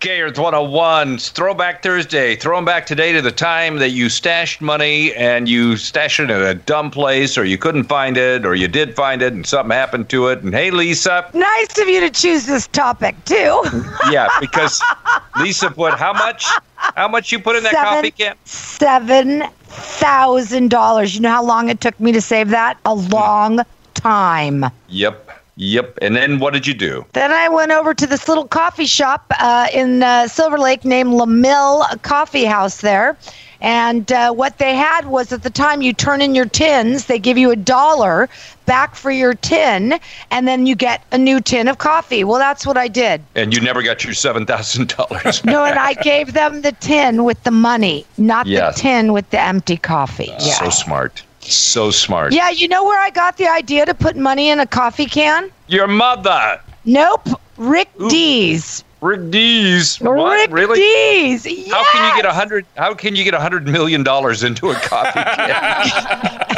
Gayers 101, Throwback Thursday. Throwing back today to the time that you stashed money and you stashed it in a dumb place or you couldn't find it or you did find it and something happened to it. And hey, Lisa. Nice of you to choose this topic, too. yeah, because Lisa put how much? How much you put in that Seven- coffee can? Seven thousand dollars. You know how long it took me to save that? A long time. Yep, yep. And then what did you do? Then I went over to this little coffee shop uh, in uh, Silver Lake named La Mill Coffee House there. And uh, what they had was at the time you turn in your tins, they give you a dollar back for your tin, and then you get a new tin of coffee. Well, that's what I did. And you never got your seven thousand dollars. No, and I gave them the tin with the money, not Yes. the tin with the empty coffee. yeah. So smart, so smart. yeah, you know where I got the idea to put money in a coffee can? Your mother, Nope. Rick Dees. Rick Dees. Rick What really? Dees. Yes. How can you get a hundred? How can you get a hundred million dollars into a coffee can?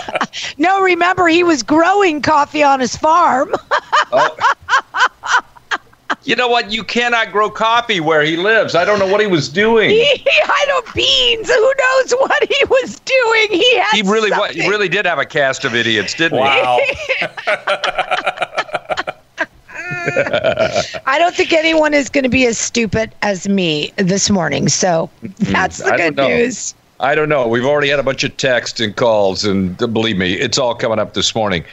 No, remember he was growing coffee on his farm. you know what? You cannot grow coffee where he lives. I don't know what he was doing. he, He, I don't beans. Who knows what he was doing? He had really, wa- something. he really did have a cast of idiots, didn't Wow. I don't think anyone is going to be as stupid as me this morning. So that's the Hmm. I don't good know. news. he? I don't know. We've already had a bunch of texts and calls, and uh, believe me, it's all coming up this morning,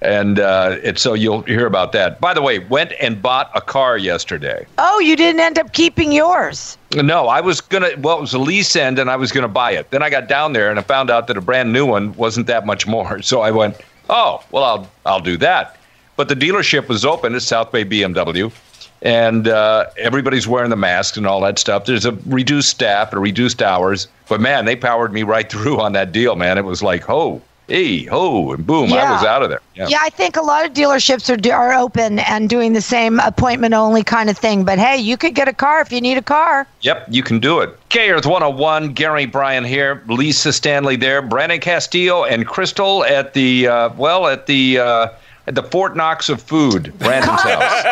and uh, it's so you'll hear about that. By the way, went and bought a car yesterday. Oh, you didn't end up keeping yours. No, I was gonna. Well, it was a lease end, and I was gonna buy it. Then I got down there and I found out that a brand new one wasn't that much more. So I went, oh, well, I'll I'll do that. But the dealership was open at South Bay BMW, and uh, everybody's wearing the masks and all that stuff. There's a reduced staff and reduced hours, but man, they powered me right through on that deal, man. It was like, ho, hey, ho, and boom, I Yeah. was out of there. Yeah, I think a lot of dealerships are do- are open and doing the same appointment only kind of thing. But hey, you could get a car if you need a car. Yep, you can do it. K Earth 101, Gary Bryan here, Lisa Stanley there, Brandon Castillo and Crystal at the uh, well at the uh, at the Fort Knox of food, Brandon's house.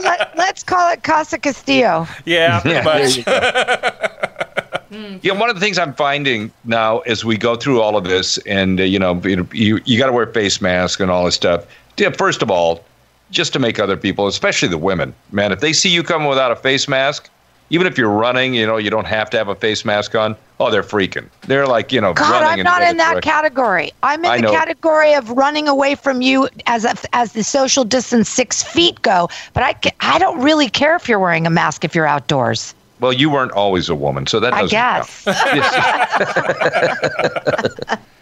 Let, let's call it Casa Castillo. Yeah, pretty Yeah, there much. you go. Yeah, one of the things I'm finding now as we go through all of this, and uh, you know, you, you, you got to wear face mask and all this stuff. Yeah, first of all, just to make other people, especially the women, man, if they see you coming without a face mask, even if you're running, you know, you don't have to have a face mask on. Oh, they're freaking. They're like, you know, God, running I'm not the in that other direction. category. I'm in I the know. category of running away from you as a, as the social distance six feet go. But I, ca- I don't really care if you're wearing a mask if you're outdoors. Well, you weren't always a woman, so that I doesn't guess. count.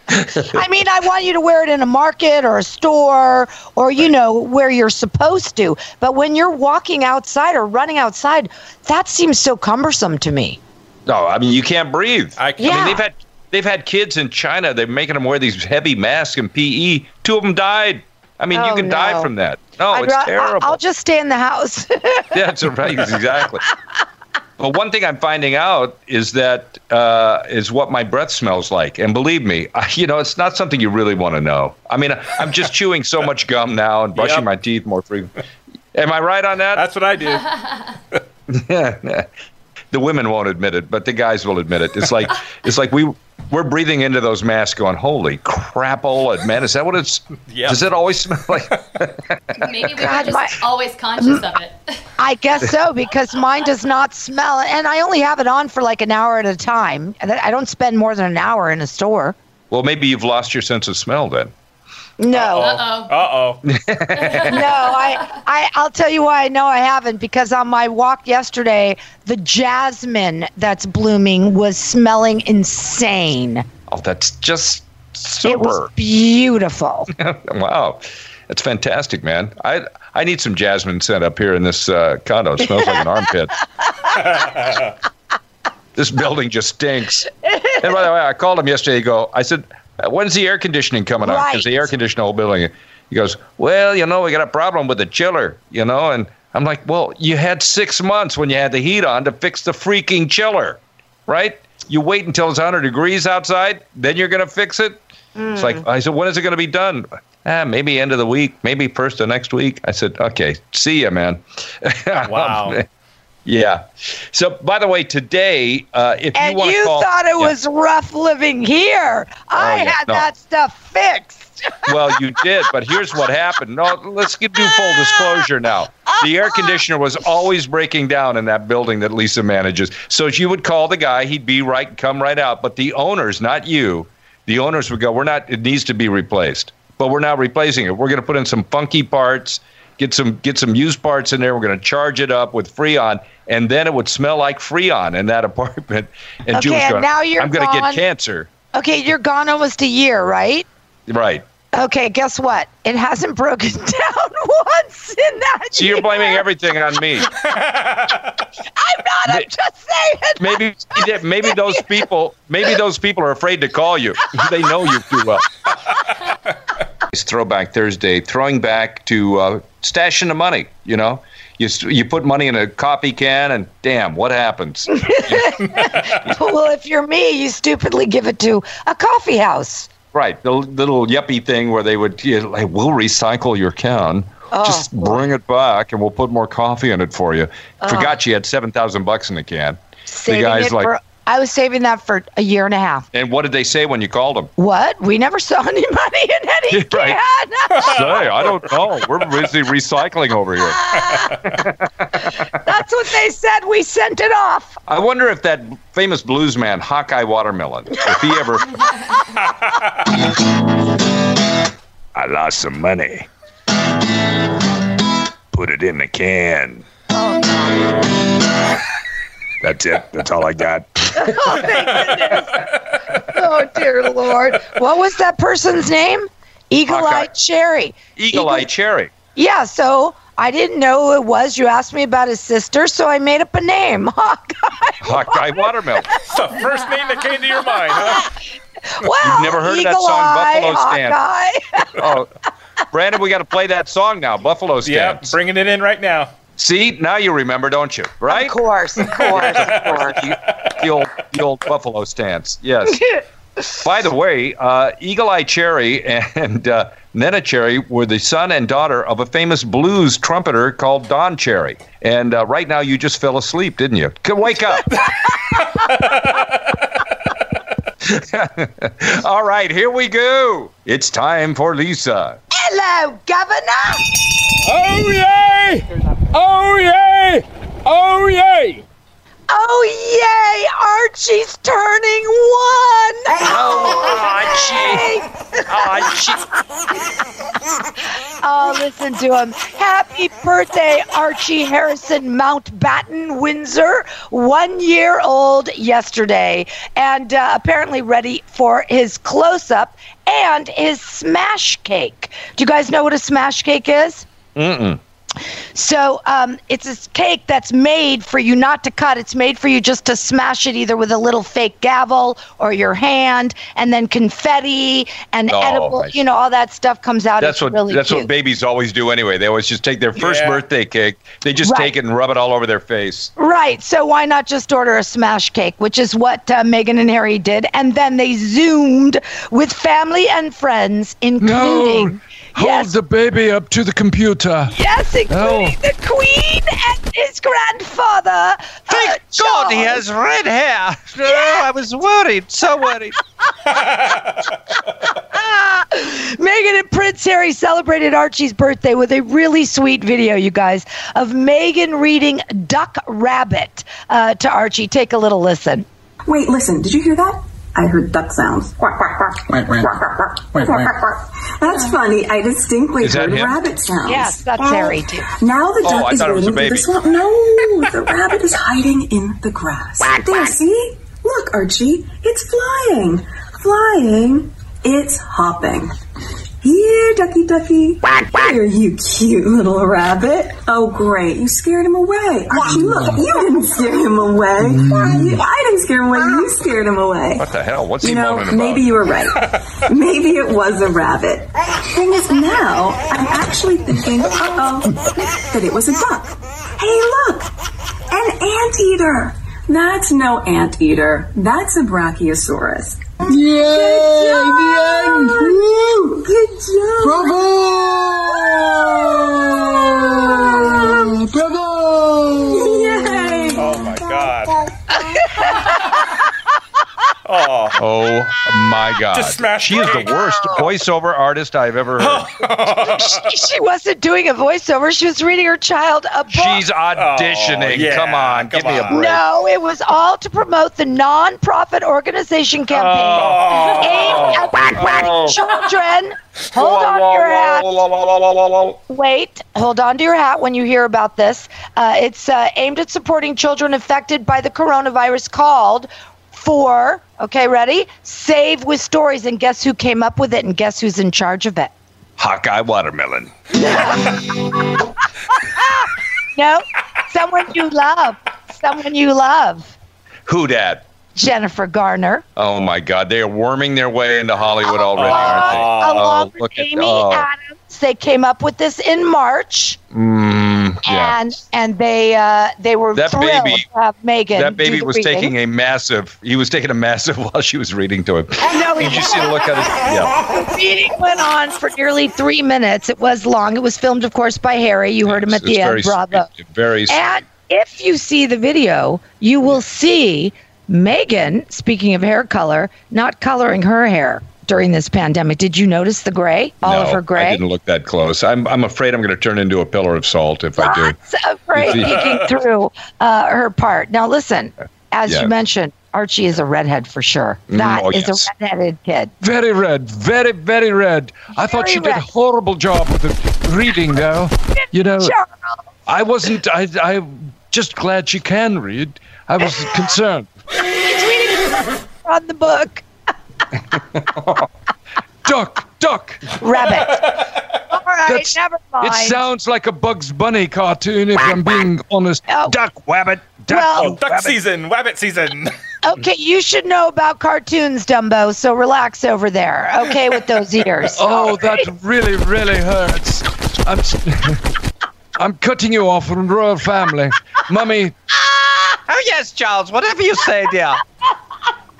I mean, I want you to wear it in a market or a store or, you know, where you're supposed to. But when you're walking outside or running outside, that seems so cumbersome to me. no, I mean you can't breathe. I- I mean, I mean, Yeah. they've had they've had kids in China. They're making them wear these heavy masks and PE. Two of them died. I mean, you Oh, can die no. from that. No, I'd Oh, it's ra- I- terrible. I'll just stay in the house. That's right, exactly. But one thing I'm finding out is that uh, is what my breath smells like, and believe me, I, you know it's not something you really want to know. I mean, I'm just chewing so much gum now and brushing Yep. my teeth more frequently. Am I right on that? That's what I do. the women won't admit it, but the guys will admit it. It's like it's like we we're breathing into those masks, going, "Holy crapola, man! Is that what it's? Yep. Does it always smell like?" Maybe we God, were just my- always conscious of it. I guess so because mine does not smell. And I only have it on for like an hour at a time. And I don't spend more than an hour in a store. Well, maybe you've lost your sense of smell then. Oh. No. Uh-oh. Uh oh. no, I, I, I'll tell you why I know I haven't because on my walk yesterday, the jasmine that's blooming was smelling insane. Oh, that's just super. It was beautiful. Wow, that's fantastic, man. I I need some jasmine scent up here in this uh, condo. It smells like an armpit. this building just stinks. And by the way, I called him yesterday. Go, I said, when's the air conditioning coming on? Because the Right. air conditioned whole building. He goes, well, you know, we got a problem with the chiller, you know. And I'm like, well, you had six months when you had the heat on to fix the freaking chiller, right? You wait until it's 100 degrees outside, then you're going to fix it. It's like I said, when is it going to be done? Ah, maybe end of the week, maybe first of next week. I said, okay, see ya, man. Wow. Yeah. So, by the way, today, uh, if And you want you, to call, thought Yeah. it Oh, was rough living here. I yeah, had no. that stuff fixed. Well, you did, but here's what happened. No, let's get, do full disclosure now. The air conditioner was always breaking down in that building that Lisa manages. So she would call the guy, he'd be right, come right out. But the owners, not you, the owners would go, "We're not. It needs to be replaced, but we're not replacing it. We're going to put in some funky parts, get some get some used parts in there. We're going to charge it up with Freon, and then it would smell like Freon in that apartment." And Jules Okay, and going, now you're "I'm going to gone. get cancer." Okay, you're gone almost a year, right? Right. Okay, guess what? It hasn't broken down once in that. So you're blaming year. everything on me. I'm not. I'm Ma- just saying. maybe maybe those people maybe those people are afraid to call you. They know you too well. It's Throwback Thursday, throwing back to uh, stashing the money. You know, you s- you put money in a coffee can, and damn, what happens? well, if you're me, you stupidly give it to a coffee house. right, the l- little yuppie thing where they would you know, like, we'll recycle your can. Just Oh. bring it back, and we'll put more coffee in it for you. Forgot you had seven thousand bucks in the can. Saving guy's it like- for, I was saving that for a year and a half. And what did they say when you called them? What? We never saw any money in any Right. can. Say, I don't know. We're busy recycling over here. That's what they said. We sent it off. I wonder if that famous blues man, Hawkeye Watermelon, if he ever. I lost some money. Put it in the can. Oh, That's it. That's all I got. Oh, thank goodness. oh, dear Lord. What was that person's name? Eagle Hawkeye. Eyed Cherry. Eagle Eye Cherry. Yeah, so I didn't know who it was. You asked me about his sister, so I made up a name. Hawkeye Watermelon. It's the first name that came to your mind, huh? well, never heard of that Eagle song, Eye, Buffalo Stand. Hawkeye. Oh, Brandon, we got to play that song now, Buffalo Yep, Stamps. bringing it in right now. See, now you remember, don't you? Right? Of course, of course, of course. the old the old buffalo stance. Yes. By the way, uh, Eagle Eye Cherry and uh, Nena Cherry were the son and daughter of a famous blues trumpeter called Don Cherry. And uh, right now, you just fell asleep, didn't you? C- Wake up! All right, here we go. It's time for Lisa. Hello, Governor. Oh yay! Oh yay! Oh yay! Oh, yay! Archie's turning one! Oh, Archie! Archie! oh, listen to him. Happy birthday, Archie Harrison Mountbatten Windsor, one year old yesterday, and uh, apparently ready for his close up and his smash cake. Do you guys know what a smash cake is? So um, it's a cake that's made for you not to cut. It's made for you just to smash it either with a little fake gavel or your hand, and then confetti and Oh, edible. I see. You know, all that stuff comes out. That's It's what really that's what cute. babies always do anyway. They always just take their first Yeah. birthday cake. They just Right. take it and rub it all over their face. Right. So why not just order a smash cake, which is what uh, Megan and Harry did, and then they zoomed with family and friends, including yes, baby up to the computer. yes, including the Queen and his grandfather. uh, Charles. red hair. Oh, I was worried, so worried. Megan and Prince Harry celebrated Archie's birthday with a really sweet video, you guys, of Megan reading Duck Rabbit uh, to Archie. Take a little listen. Wait, listen, did you hear that? I heard duck sounds. Quack, quack, quack. Quack, quack. Quack, quack, quack. Quack, quack. Quack, quack. That's funny. I distinctly Is that heard him? rabbit sounds. Yes, that's Oh, Harry, too. Now the Oh, duck I is thought it was waiting a for the baby. sound. No, the rabbit is hiding in the grass. there, see? Look, Archie, it's flying. Flying. It's hopping. Here, ducky, ducky. Here, you cute little rabbit. Oh, great. You scared him away. Archie, look, you didn't scare him away. You- I didn't scare him away. You scared him away. What the hell? What's You he know, moaning about? maybe you were right. maybe it was a rabbit. Thing is, now I'm actually thinking, uh oh, that it was a duck. Hey, look, an anteater. That's no anteater. That's a brachiosaurus. Yay! Woo! Good job. Bravo! Bravo! Yay! Oh, God. Oh my God! Just smash she the is the cake. worst voiceover artist I've ever Oh, heard. she wasn't doing a voiceover. She was reading her child a book. She's auditioning. Oh, yeah, come on, come give me a on. break. no, it was all to promote the nonprofit organization campaign Oh. aimed at children. Hold on to your hat. Wait, hold on to your hat when you hear about this. Uh, it's uh, aimed at supporting children affected by the coronavirus called for, okay, ready? Save with Stories. And guess who came up with it and guess who's in charge of it? Hawkeye watermelon. No, someone you love. Someone you love. Who dat? Jennifer Garner. Oh my God! They are worming their way into Oh. Hollywood already, aren't they? along look with at- Amy oh. Adams. They came up with this in March, Oh. Mm, Yeah. and and they uh, they were That thrilled baby- to have Megan. that baby do the was reading. taking a massive. He was taking a massive while she was reading to him. know he Did you see the look on his? Yeah. meeting went on for nearly three minutes. It was long. It was filmed, of course, by Harry. You heard him at It's- it's the very end. Bravo. sweet, Very. sweet. And if you see the video, you will see Megan, speaking of hair color, not coloring her hair during this pandemic. Did you notice the gray? All no, of her I gray? didn't look that close. I'm. I'm afraid I'm going to turn into a pillar of salt if I do. Lots of gray peeking through uh, her part. Now, listen, as Yeah. you mentioned, Archie is a redhead for sure. That oh, is yes. a redheaded kid. Very red, very, very red. I thought Very she did a red. horrible job with the reading, though. You know, I wasn't, I, I'm just glad she can read. I was concerned. On the book. Duck, duck. Rabbit. All right, That's- never mind. It sounds like a Bugs Bunny cartoon, if I'm being honest. Oh. Duck, wabbit, duck. Well- you Duck wabbit. season, rabbit season. Okay, you should know about cartoons, Dumbo, so relax over there, okay, with those ears. Oh, that really, really hurts. I'm, s- I'm cutting you off from Royal Family. Mummy, Oh, yes, Charles, whatever you say, dear.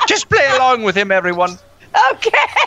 Just play along with him, everyone. Okay.